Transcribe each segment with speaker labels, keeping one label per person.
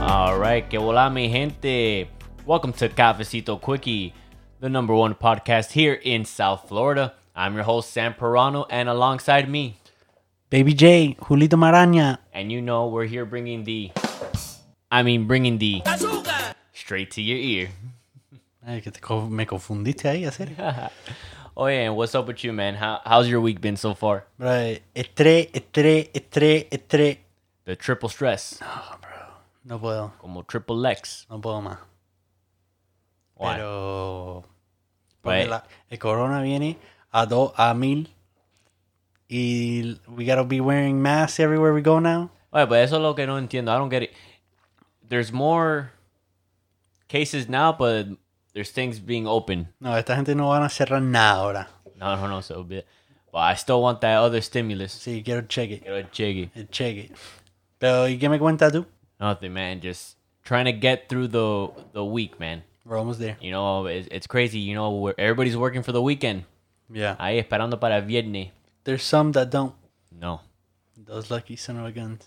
Speaker 1: right, que hola mi gente. Welcome to Cafecito Quickie, the number one podcast here in South Florida. I'm your host, Sam Pirano, and alongside me,
Speaker 2: Baby J, Julito Maraña.
Speaker 1: and you know we're here bringing the, I mean, bringing the straight to your ear.
Speaker 2: Ay, que te co- me confundiste ahí, hacer.
Speaker 1: Oh yeah, and what's up with you, man? How, how's your week been so far?
Speaker 2: Estrés, estrés, estrés, estrés.
Speaker 1: The triple stress,
Speaker 2: No puedo,
Speaker 1: como triple Lex.
Speaker 2: no puedo más.
Speaker 1: Why?
Speaker 2: Pero.
Speaker 1: Why?
Speaker 2: porque la- el corona viene a dos, a mil. Y we gotta be wearing masks everywhere we go now.
Speaker 1: Oye, but eso es lo que no entiendo. I don't get it. There's more cases now, but there's things being open.
Speaker 2: No, esta gente no van a cerrar nada ahora.
Speaker 1: No, no, no, so be it. But I still want that other stimulus.
Speaker 2: Sí, quiero check it.
Speaker 1: Quiero cheque.
Speaker 2: Check it. Pero, ¿y qué me cuentas tú?
Speaker 1: Nothing, man. Just trying to get through the the week, man.
Speaker 2: We're almost there.
Speaker 1: You know, it's, it's crazy. You know, where everybody's working for the weekend.
Speaker 2: Yeah.
Speaker 1: Ahí esperando para viernes.
Speaker 2: There's some that don't.
Speaker 1: No.
Speaker 2: Those lucky son of a guns.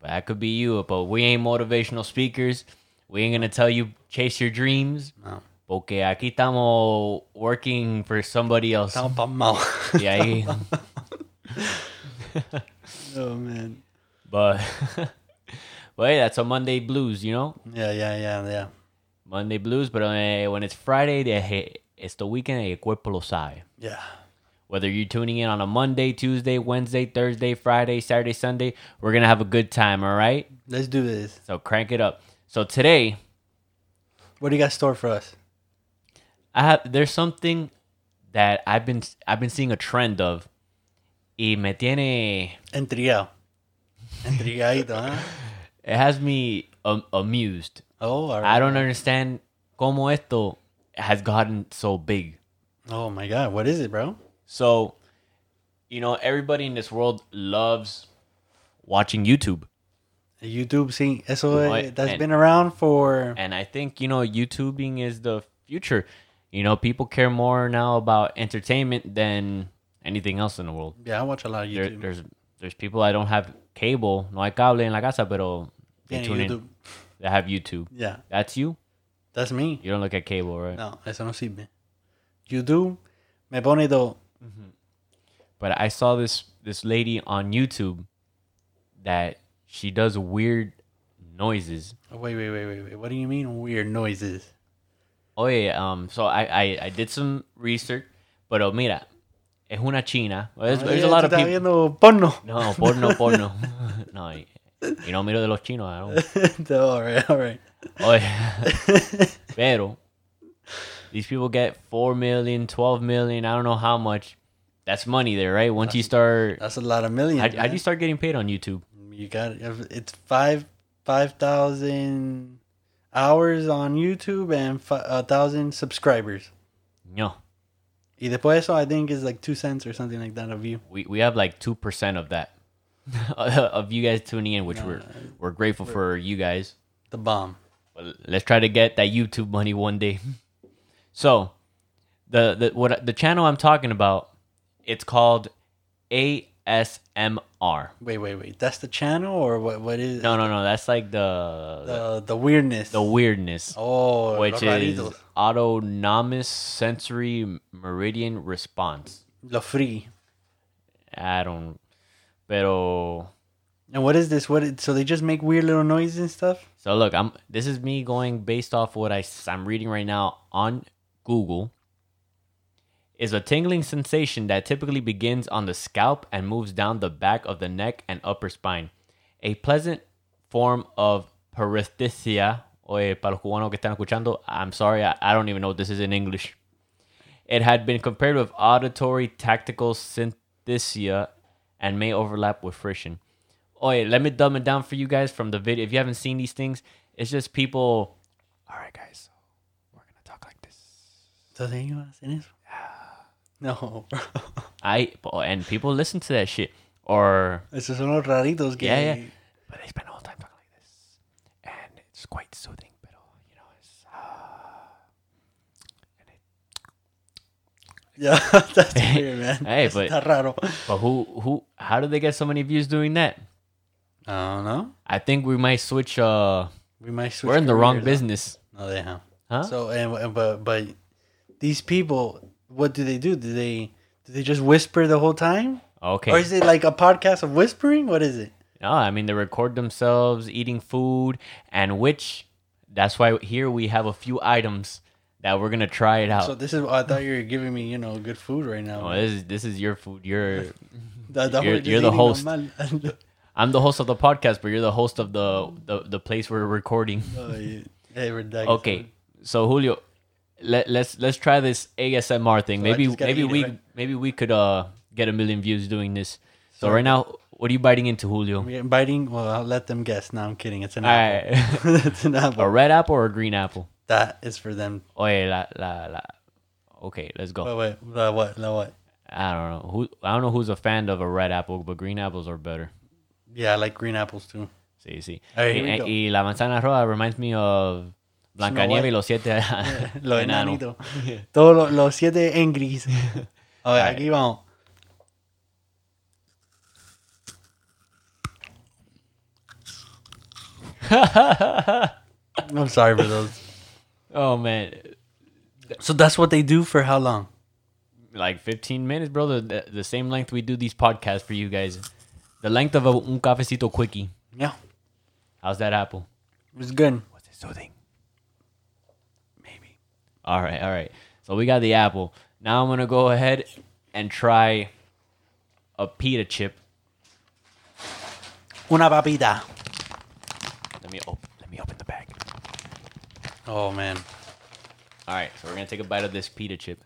Speaker 1: But that could be you. But we ain't motivational speakers. We ain't gonna tell you chase your dreams.
Speaker 2: No.
Speaker 1: Porque aquí estamos working for somebody else.
Speaker 2: Estamos pasmados.
Speaker 1: Y ahí.
Speaker 2: oh, man.
Speaker 1: But but hey, that's a Monday blues, you know,
Speaker 2: Yeah, yeah, yeah, yeah.
Speaker 1: Monday blues. But uh, when it's Friday, eh, it's the weekend. El cuerpo lo sabe.
Speaker 2: Yeah.
Speaker 1: Whether you're tuning in on a Monday, Tuesday, Wednesday, Thursday, Friday, Saturday, Sunday, we're gonna have a good time. All right,
Speaker 2: Let's do this.
Speaker 1: so crank it up. So today,
Speaker 2: What do you got in store for us?
Speaker 1: I have there's something that I've been I've been seeing a trend of. Y me tiene
Speaker 2: Intrigado. Intrigadito, huh?
Speaker 1: it has me um, amused.
Speaker 2: Oh, all
Speaker 1: I
Speaker 2: right.
Speaker 1: don't understand cómo esto has gotten so big.
Speaker 2: Oh, my God. What is it, bro?
Speaker 1: So, you know, everybody in this world loves watching YouTube.
Speaker 2: YouTube, see, eso
Speaker 1: Right,
Speaker 2: eh, that's
Speaker 1: and-
Speaker 2: been around for.
Speaker 1: And I think, you know, YouTubing is the future. You know, people care more now about entertainment than anything else in the world.
Speaker 2: Yeah, I watch a lot of
Speaker 1: There,
Speaker 2: YouTube.
Speaker 1: there's there's people that don't have cable, no hay cable en la casa, pero they
Speaker 2: Yeah,
Speaker 1: tune
Speaker 2: YouTube.
Speaker 1: in. They have YouTube.
Speaker 2: Yeah,
Speaker 1: That's you?
Speaker 2: that's me.
Speaker 1: You don't look at cable, right?
Speaker 2: No, eso no sirve. YouTube me pone todo.
Speaker 1: but I saw this this lady on YouTube that she does weird noises.
Speaker 2: Wait, wait, wait, wait, wait. What do you mean weird noises?
Speaker 1: Oh yeah, um, so I, I I did some research, but oh mira, es una china. Well, There's, there's a
Speaker 2: Oye,
Speaker 1: lot
Speaker 2: Oh,
Speaker 1: of
Speaker 2: tú estás
Speaker 1: people.
Speaker 2: viendo porno.
Speaker 1: No, porno, porno. no, y, y no miro de los chinos. I don't.
Speaker 2: all right, all right.
Speaker 1: Oh, yeah. Pero these people get 4 million, 12 million, I don't know how much. That's money there, right? Once you start,
Speaker 2: That's a lot of millions.
Speaker 1: how, how do
Speaker 2: man.
Speaker 1: you start getting paid on YouTube?
Speaker 2: You got it. It's five five thousand hours on YouTube and fi- a thousand subscribers.
Speaker 1: No,
Speaker 2: Y después eso, I think is like two cents or something like that a view.
Speaker 1: we, we have like two percent of that of you guys tuning in, which we're we're grateful for you guys.
Speaker 2: The bomb.
Speaker 1: But let's try to get that YouTube money one day. so, the the what I- the channel I'm talking about, it's called ASMR.
Speaker 2: Wait, wait, wait. That's the channel or what? What is
Speaker 1: No, no, no. That's like the
Speaker 2: the the weirdness?
Speaker 1: the weirdness,
Speaker 2: oh,
Speaker 1: which
Speaker 2: los
Speaker 1: is
Speaker 2: raritos.
Speaker 1: autonomous sensory meridian response.
Speaker 2: Lo free.
Speaker 1: I don't, pero
Speaker 2: And what is this? What? Is, so they just make weird little noises and stuff.
Speaker 1: So look, I'm this is me going based off what I s- I'm reading right now on Google. Is a tingling sensation that typically begins on the scalp and moves down the back of the neck and upper spine. A pleasant form of paresthesia. Oye, para los cubanos que están escuchando, I'm sorry, I, I don't even know what this is in English. It had been compared with auditory tactical synesthesia and may overlap with friction. Oh yeah, let me dumb it down for you guys from the video. If you haven't seen these things, it's just people. All right, guys, we're gonna talk like this.
Speaker 2: Entonces ellos hacen eso. No, bro.
Speaker 1: I oh, and people listen to that shit or
Speaker 2: Esos son los raritos que.
Speaker 1: yeah, yeah. But they spend the whole time talking like this, and it's quite soothing. But you know, it's
Speaker 2: Yeah, that's weird, man.
Speaker 1: Hey,
Speaker 2: Eso
Speaker 1: but-
Speaker 2: está raro.
Speaker 1: but who who how do they get so many views doing that?
Speaker 2: I don't know.
Speaker 1: I think we might switch uh
Speaker 2: We might switch
Speaker 1: We're in the wrong
Speaker 2: careers.
Speaker 1: business.
Speaker 2: No, they have.
Speaker 1: Huh?
Speaker 2: So and, and but but these people, what do they do? Do they do they just whisper the whole time,
Speaker 1: okay.
Speaker 2: or is it like a podcast of whispering? What is it?
Speaker 1: No, I mean they record themselves eating food, and which that's why here we have a few items that we're gonna try it out.
Speaker 2: So this is. I thought you were giving me you know good food right now.
Speaker 1: Uh, Oh, this is this is your food. You're
Speaker 2: That- that
Speaker 1: you're- you're
Speaker 2: we're just
Speaker 1: the
Speaker 2: eating
Speaker 1: host.
Speaker 2: normal.
Speaker 1: I'm the host of the podcast, but you're the host of the the, the place we're recording.
Speaker 2: Oh, yeah. Hey, we're dying.
Speaker 1: Okay, so Julio, let let's let's try this ASMR thing.
Speaker 2: So I
Speaker 1: maybe
Speaker 2: just gotta
Speaker 1: maybe
Speaker 2: eat it,
Speaker 1: we
Speaker 2: right?
Speaker 1: maybe we could uh get a million views doing this. So,
Speaker 2: So-
Speaker 1: right now, what are you biting into, Julio?
Speaker 2: We're biting. Well, I'll let them guess. No, I'm kidding. It's an
Speaker 1: All
Speaker 2: apple.
Speaker 1: right,
Speaker 2: it's an apple.
Speaker 1: a red apple or a green apple?
Speaker 2: That is for them.
Speaker 1: Oye, la la la. Okay, let's go.
Speaker 2: Wait, wait. La what? La what?
Speaker 1: I don't know who I don't know who's a fan of a red apple, but green apples are better.
Speaker 2: Yeah, I like green apples too.
Speaker 1: See, see.
Speaker 2: All right, here we
Speaker 1: and,
Speaker 2: go.
Speaker 1: y la manzana roja reminds me of Blancanieve y
Speaker 2: White.
Speaker 1: los siete
Speaker 2: Lo
Speaker 1: enanos.
Speaker 2: enanito. Todos los, los siete engris. A
Speaker 1: Alright.
Speaker 2: ver, aquí vamos. I'm sorry for those.
Speaker 1: Oh man,
Speaker 2: So that's what they do for how long?
Speaker 1: like 15 minutes, bro. The, the same length we do these podcasts for you guys. The length of a un cafecito quickie.
Speaker 2: Yeah,
Speaker 1: How's that apple?
Speaker 2: it's good.
Speaker 1: What's it soothing?
Speaker 2: Maybe.
Speaker 1: All right, all right. So we got the apple. Now I'm gonna go ahead and try a pita chip.
Speaker 2: Una papita.
Speaker 1: Let me open. Let me open the bag.
Speaker 2: Oh man,
Speaker 1: All right, so we're gonna take a bite of this pita chip.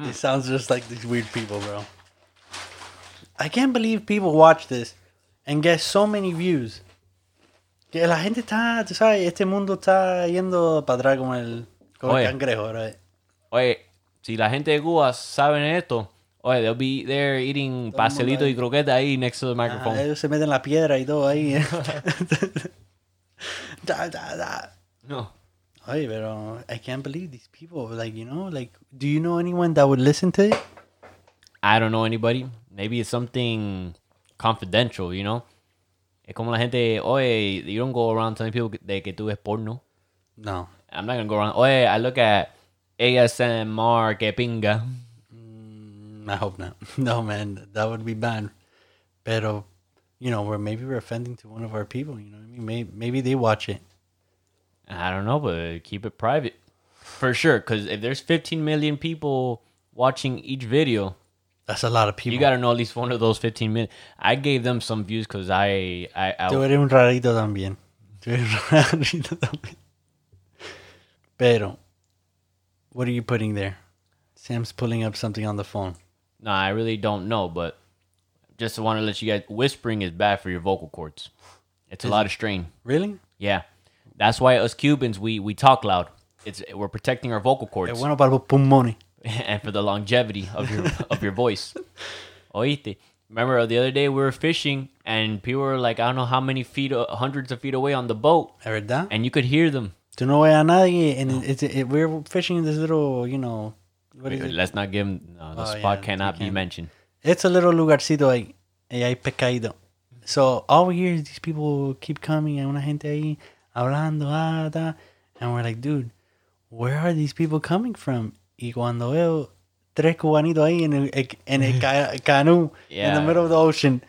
Speaker 2: it sounds just like these weird people, bro. I can't believe people watch this and get so many views. Que la gente está, tú sabes, este mundo está yendo para atrás como el, como el
Speaker 1: Oye.
Speaker 2: cangrejo, right?
Speaker 1: Oye, si la gente de Cuba saben esto, oye, they'll be there eating
Speaker 2: Todo el mundo
Speaker 1: pastelito
Speaker 2: ahí.
Speaker 1: y croqueta ahí next to the
Speaker 2: Ah,
Speaker 1: microphone.
Speaker 2: ellos se meten la piedra y todo ahí. eh. Da, da, da.
Speaker 1: no.
Speaker 2: Oye, pero I can't believe these people. Like, you know, like, do you know anyone that would listen to it?
Speaker 1: I don't know anybody. Maybe it's something confidential, you know? Es como la gente, oye, you don't go around telling people de que tú ves porno.
Speaker 2: No.
Speaker 1: I'm not gonna go around, oye, I look at ASMR que pinga.
Speaker 2: I hope not. No, man, that would be bad. Pero, you know, we're maybe we're offending to one of our people. You know what I mean? Maybe, maybe they watch it.
Speaker 1: I don't know, but keep it private. For sure, because if there's 15 million people watching each video,
Speaker 2: That's a lot of people.
Speaker 1: You got to know at least one of those 15 minutes. I gave them some views because I, I, I
Speaker 2: Tú eres un rarito también. Tú eres un rarito también. Pero, what are you putting there? Sam's pulling up something on the phone.
Speaker 1: no, I really don't know, but just want to let you guys. Whispering is bad for your vocal cords. It's a lot of strain.
Speaker 2: Really?
Speaker 1: Yeah, that's why us Cubans we we talk loud. It's we're protecting our vocal
Speaker 2: Es
Speaker 1: cords
Speaker 2: bueno para los pulmones.
Speaker 1: and for the longevity of your of your voice. Oíste. Remember the other day we were fishing and people were like I don't know how many feet, uh, hundreds of feet away on the boat,
Speaker 2: ¿Es verdad?
Speaker 1: and you could hear them.
Speaker 2: Tú no ves a nadie. And it's, it, eh, we're fishing in this little, you know, what is it?
Speaker 1: Let's not give them. No, the
Speaker 2: Oh,
Speaker 1: spot
Speaker 2: yeah,
Speaker 1: cannot
Speaker 2: we
Speaker 1: be
Speaker 2: can't.
Speaker 1: mentioned.
Speaker 2: It's a little lugarcito ahí. Y hay pescadito. So all we hear is these people keep coming and una gente ahí hablando, ah, da. And we're like, dude, where are these people coming from? Y cuando veo tres cubanitos ahí en el, en el ca- canoe in
Speaker 1: Yeah.
Speaker 2: the middle of the ocean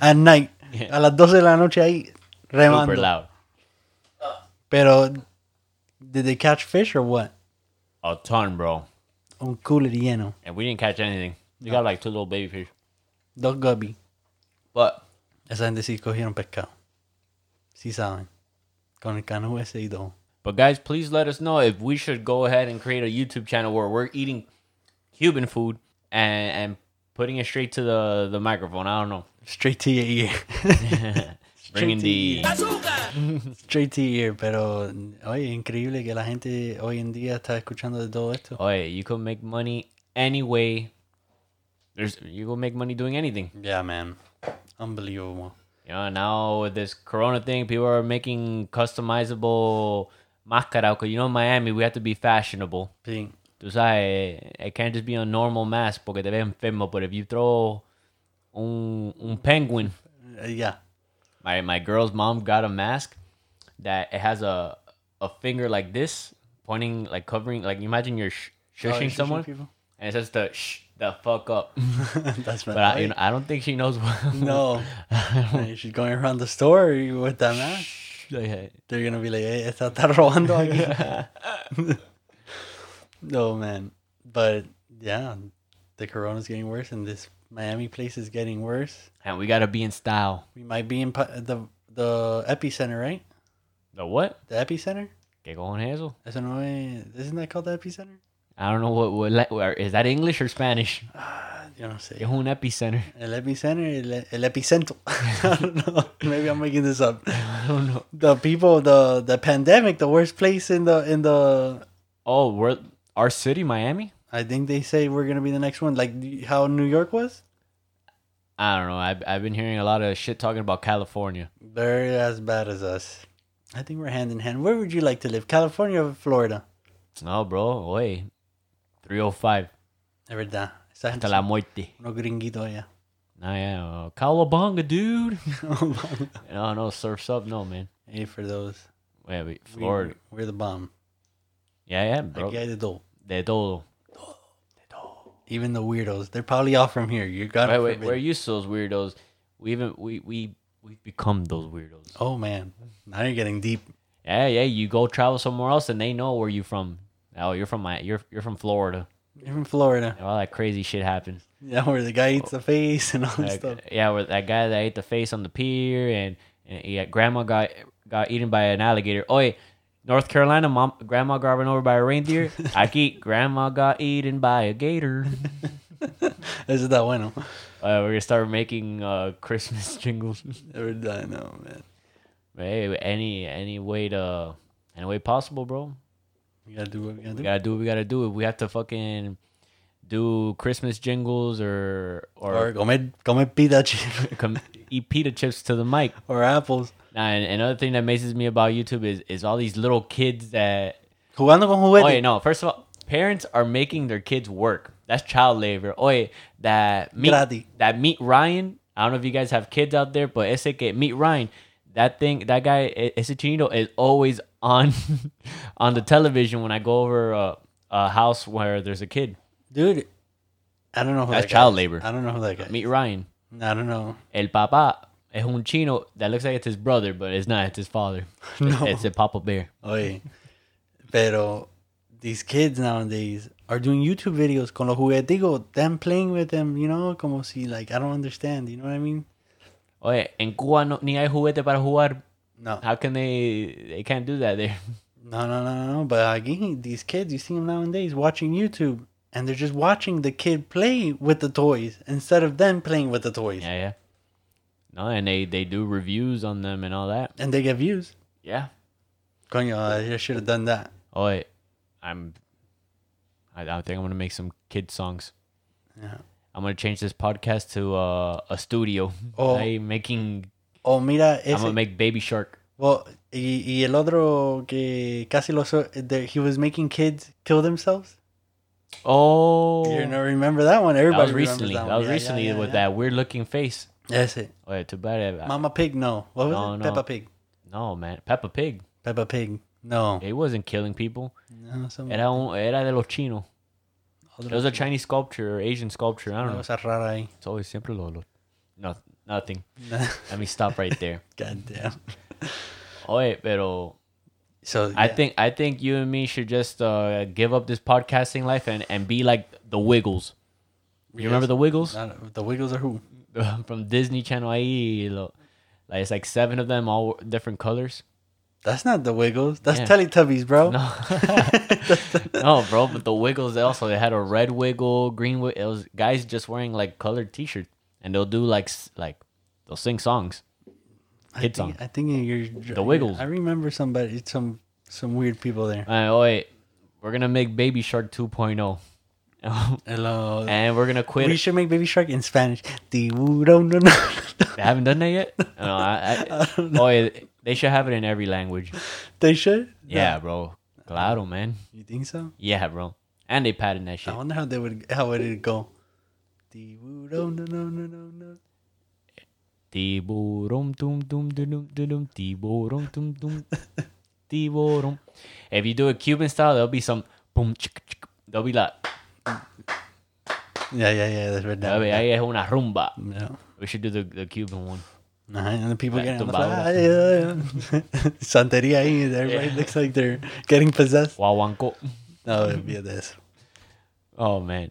Speaker 2: at night,
Speaker 1: Yeah.
Speaker 2: a las 12 de la noche ahí remando.
Speaker 1: Super loud.
Speaker 2: Pero, did they catch fish or what?
Speaker 1: A ton, bro.
Speaker 2: Un cooler lleno.
Speaker 1: And we didn't catch anything. We got like two little baby fish.
Speaker 2: Dos guppies.
Speaker 1: But
Speaker 2: Esa gente sí cogieron pescado. Sí saben. Con el cano ese y todo.
Speaker 1: but guys, please let us know if we should go ahead and create a YouTube channel where we're eating Cuban food and and putting it straight to the the microphone. I don't know.
Speaker 2: Straight to your ear.
Speaker 1: Bringing the
Speaker 2: Straight to your ear. Pero, oye, increíble que la gente hoy en día está escuchando de todo esto.
Speaker 1: oh yeah, you can make money any way. There's you can make money doing anything.
Speaker 2: Yeah, man. Unbelievable.
Speaker 1: You know, now with this corona thing, people are making customizable mascara. 'cause you know, in Miami, we have to be fashionable.
Speaker 2: Sí.
Speaker 1: Tú sabes, it can't just be a normal mask porque te ves enfermo. But if you throw un, un penguin,
Speaker 2: Uh, yeah.
Speaker 1: my, my girl's mom got a mask that it has a a finger like this pointing, like covering, like imagine you're sh-
Speaker 2: Oh,
Speaker 1: shushing
Speaker 2: you're
Speaker 1: someone
Speaker 2: people?
Speaker 1: and it says to shh the fuck up.
Speaker 2: That's
Speaker 1: But I, you know, I don't think she knows what.
Speaker 2: No. She's going around the store with that mask.
Speaker 1: Shh, like,
Speaker 2: They're going to be like, hey, está, está robando aquí. no, man. But yeah, the corona's getting worse and this Miami place is getting worse.
Speaker 1: And we gotta be in style.
Speaker 2: We might be in pa- the the epicenter, right?
Speaker 1: The what?
Speaker 2: The epicenter?
Speaker 1: ¿Qué con eso?
Speaker 2: Eso no es, isn't that called the epicenter?
Speaker 1: I don't know what, what la- where- is that English or Spanish?
Speaker 2: Ah, yo no sé.
Speaker 1: Es un epicenter.
Speaker 2: El epicenter, el, el epicentro. I don't know. Maybe I'm making this up.
Speaker 1: I don't know.
Speaker 2: The people, the the pandemic, the worst place in the in the.
Speaker 1: Oh, we're, our city, Miami?
Speaker 2: I think they say we're gonna be the next one, like how New York was.
Speaker 1: I don't know. I've, I've been hearing a lot of shit talking about California.
Speaker 2: They're as bad as us. I think we're hand in hand. Where would you like to live, California or Florida?
Speaker 1: No, bro. Oye. 305.
Speaker 2: La verdad, esa gente
Speaker 1: Hasta la muerte.
Speaker 2: uno gringuito allá.
Speaker 1: No, yeah. uh, Cowabunga, dude. no, no. Surf's up. No, man.
Speaker 2: Oh, hey, for those,
Speaker 1: Yeah, we,
Speaker 2: we-
Speaker 1: Florida.
Speaker 2: we're the bomb.
Speaker 1: yeah, yeah, bro.
Speaker 2: Like, yeah, the dope.
Speaker 1: De todo.
Speaker 2: Even the weirdos, they're probably all from here. You got
Speaker 1: Wait, wait. We're used to those weirdos. We even, we, we, we've become those weirdos.
Speaker 2: Oh man, now you're getting deep.
Speaker 1: Yeah, yeah. You go travel somewhere else, and they know where you from. Oh, you're from my, you're you're from Florida.
Speaker 2: You're from Florida.
Speaker 1: And all that crazy shit happens.
Speaker 2: Yeah, where the guy eats the face and all this
Speaker 1: Like,
Speaker 2: stuff.
Speaker 1: yeah, where that guy that ate the face on the pier, and, and yeah, grandma got got eaten by an alligator. Oh, yeah. North Carolina, mom, grandma got run over by a reindeer. Aquí, grandma got eaten by a gator.
Speaker 2: Eso está bueno.
Speaker 1: Uh, we're gonna start making uh, Christmas jingles.
Speaker 2: La verdad, no, man.
Speaker 1: hey, any any way to any way possible, bro.
Speaker 2: We gotta do what we gotta do.
Speaker 1: We gotta do what we gotta do. If we have to fucking do Christmas jingles or
Speaker 2: or
Speaker 1: or
Speaker 2: comer, comer pita chip
Speaker 1: com- eat pita chips to the mic.
Speaker 2: or apples.
Speaker 1: Nah, and another thing that amazes me about YouTube is is all these little kids that.
Speaker 2: Jugando con juguete.
Speaker 1: Oye, no. First of all, parents are making their kids work. That's child labor. Oye, that meet
Speaker 2: Gratis.
Speaker 1: that meet Ryan. I don't know if you guys have kids out there, but ese que meet Ryan. That thing, that guy, e- ese chinito is always on on the television when I go over a, a house where there's a kid.
Speaker 2: Dude, I don't know who
Speaker 1: That's
Speaker 2: that guy
Speaker 1: child
Speaker 2: is.
Speaker 1: labor.
Speaker 2: I don't know who that guy
Speaker 1: Meet Ryan.
Speaker 2: is. I don't know.
Speaker 1: El papá es un chino that looks like it's his brother, but it's not. It's his father.
Speaker 2: No.
Speaker 1: It's a papa bear.
Speaker 2: Oye, pero these kids nowadays are doing YouTube videos con los jugueticos, them playing with them, you know, como si, like, I don't understand, you know what I mean?
Speaker 1: Oye, en Cuba no, ni hay juguete para jugar.
Speaker 2: No.
Speaker 1: How can they? They can't do that there.
Speaker 2: No, no, no, no, no. But again, these kids, you see them nowadays watching YouTube, and they're just watching the kid play with the toys instead of them playing with the toys,
Speaker 1: Yeah, yeah. No, and they they do reviews on them and all that.
Speaker 2: and they get views.
Speaker 1: Yeah.
Speaker 2: Coño, I should have done that.
Speaker 1: Oye, I'm. I, I think I'm gonna make some kid songs.
Speaker 2: Yeah.
Speaker 1: I'm gonna change this podcast to uh, a studio.
Speaker 2: Oh.
Speaker 1: I'm making.
Speaker 2: Oh, mira,
Speaker 1: I'm gonna
Speaker 2: ese,
Speaker 1: make Baby Shark.
Speaker 2: well, y, y el otro que casi lo so, that he was making kids kill themselves.
Speaker 1: Oh.
Speaker 2: You know, remember that one?
Speaker 1: that was
Speaker 2: Everybody remembers
Speaker 1: recently. That,
Speaker 2: That, one.
Speaker 1: was
Speaker 2: Yeah, yeah,
Speaker 1: recently
Speaker 2: yeah,
Speaker 1: with
Speaker 2: yeah.
Speaker 1: that weird looking face.
Speaker 2: That's it.
Speaker 1: Oh, yeah, too bad. I-
Speaker 2: Mama Pig, no. What was
Speaker 1: No,
Speaker 2: it?
Speaker 1: no.
Speaker 2: Peppa Pig.
Speaker 1: no, man. Peppa Pig.
Speaker 2: Peppa Pig. No.
Speaker 1: It wasn't killing people.
Speaker 2: No, some
Speaker 1: Era, un, era de los chinos. It
Speaker 2: otra
Speaker 1: was a Chinese sculpture or Asian sculpture. I don't know.
Speaker 2: cosa rara ahí.
Speaker 1: It's always siempre lo, lo. No, nothing. Let me stop right there.
Speaker 2: God damn.
Speaker 1: Oye, pero
Speaker 2: So
Speaker 1: I
Speaker 2: yeah.
Speaker 1: think I think you and me should just uh, give up this podcasting life and, and be like the Wiggles. You remember
Speaker 2: Yes.
Speaker 1: the Wiggles
Speaker 2: Not- the Wiggles are who?
Speaker 1: from Disney Channel? Ahí, lo, like it's like seven of them, all different colors.
Speaker 2: That's not the Wiggles. That's
Speaker 1: Yeah.
Speaker 2: Teletubbies, bro.
Speaker 1: No. no, bro, but the Wiggles they also they had a red wiggle, green wiggle. It was guys just wearing like colored t-shirts and they'll do like s- like they'll sing songs.
Speaker 2: I
Speaker 1: Kid
Speaker 2: think,
Speaker 1: song.
Speaker 2: I think you're
Speaker 1: The Wiggles.
Speaker 2: I remember somebody, some some weird people there.
Speaker 1: Uh, oh wait, we're going to make Baby Shark oh. 2.0.
Speaker 2: Hello.
Speaker 1: and we're going to quit.
Speaker 2: we should make Baby Shark in Spanish. Tiburón, no, no.
Speaker 1: They haven't done that yet? No, I, I, Oh, yeah, they should have it in every language.
Speaker 2: They should.
Speaker 1: Yeah, bro. Claro, man.
Speaker 2: You think so?
Speaker 1: Yeah, bro. And they patent that shit.
Speaker 2: I wonder how they would how would it go. The woo no no no no no.
Speaker 1: Tiburum, dum, dum, dum, dum, dum, dum, tiburum, dum, dum, tiburum. If you do it Cuban style, there'll be some boom, chick, chick. There'll be like,
Speaker 2: Yeah, yeah, yeah. That's right
Speaker 1: a
Speaker 2: now.
Speaker 1: ver, ahí es una rumba.
Speaker 2: Yeah.
Speaker 1: We should do the, the Cuban one.
Speaker 2: Nah, and the people
Speaker 1: Like
Speaker 2: getting on the
Speaker 1: tumbado.
Speaker 2: fly. yeah, yeah. Santeria ahí. Everybody
Speaker 1: Yeah.
Speaker 2: looks like they're getting possessed.
Speaker 1: Guaguanco.
Speaker 2: No, it'd be this.
Speaker 1: Oh, man.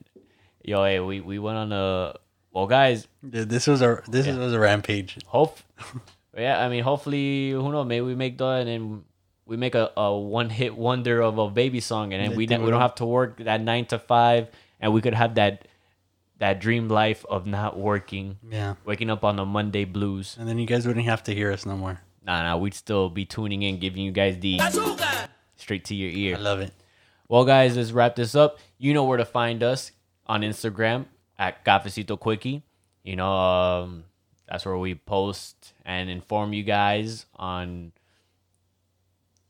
Speaker 1: Yo, hey, we, we went on a. Well, guys,
Speaker 2: Dude, this was a this was a rampage.
Speaker 1: hope. Yeah, I mean, hopefully, who knows? Maybe we make that and then we make a, a one hit wonder of a baby song, and then
Speaker 2: Yeah,
Speaker 1: we,
Speaker 2: dude.
Speaker 1: we don't have to work that nine to five, and we could have that that dream life of not working.
Speaker 2: Yeah.
Speaker 1: waking up on the Monday blues.
Speaker 2: And then you guys wouldn't have to hear us no more.
Speaker 1: Nah, nah, we'd still be tuning in, giving you guys the straight to your
Speaker 2: I
Speaker 1: ear.
Speaker 2: love it.
Speaker 1: Well, guys, let's wrap this up. You know where to find us on Instagram at Cafecito Quickie. You know, um, that's where we post and inform you guys on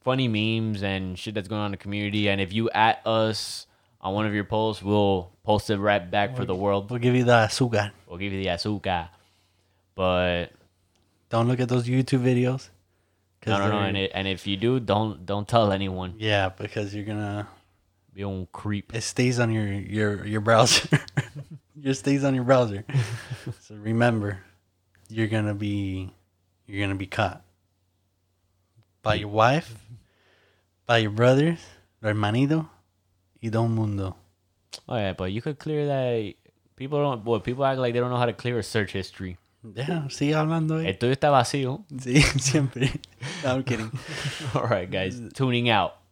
Speaker 1: funny memes and shit that's going on in the community. And if you at us on one of your posts, we'll post it right back for the world.
Speaker 2: We'll give you the azúcar.
Speaker 1: We'll give you the azúcar. But
Speaker 2: Don't look at those YouTube videos.
Speaker 1: No,
Speaker 2: 'cause
Speaker 1: no, no,
Speaker 2: they're-
Speaker 1: and, it, and if you do, don't don't tell anyone.
Speaker 2: yeah, because you're gonna
Speaker 1: Be on creep.
Speaker 2: it stays on your your your browser. it stays on your browser. so remember, you're gonna be you're gonna be caught by your wife, by your brothers, hermanito, y todo el mundo.
Speaker 1: All right, Oh, but you could clear that. People don't. Boy, people act like they don't know how to clear a search history.
Speaker 2: Yeah, sigue hablando.
Speaker 1: El
Speaker 2: Eh?
Speaker 1: tuyo está vacío.
Speaker 2: Sí, siempre. No, I'm kidding.
Speaker 1: All right, guys, tuning out.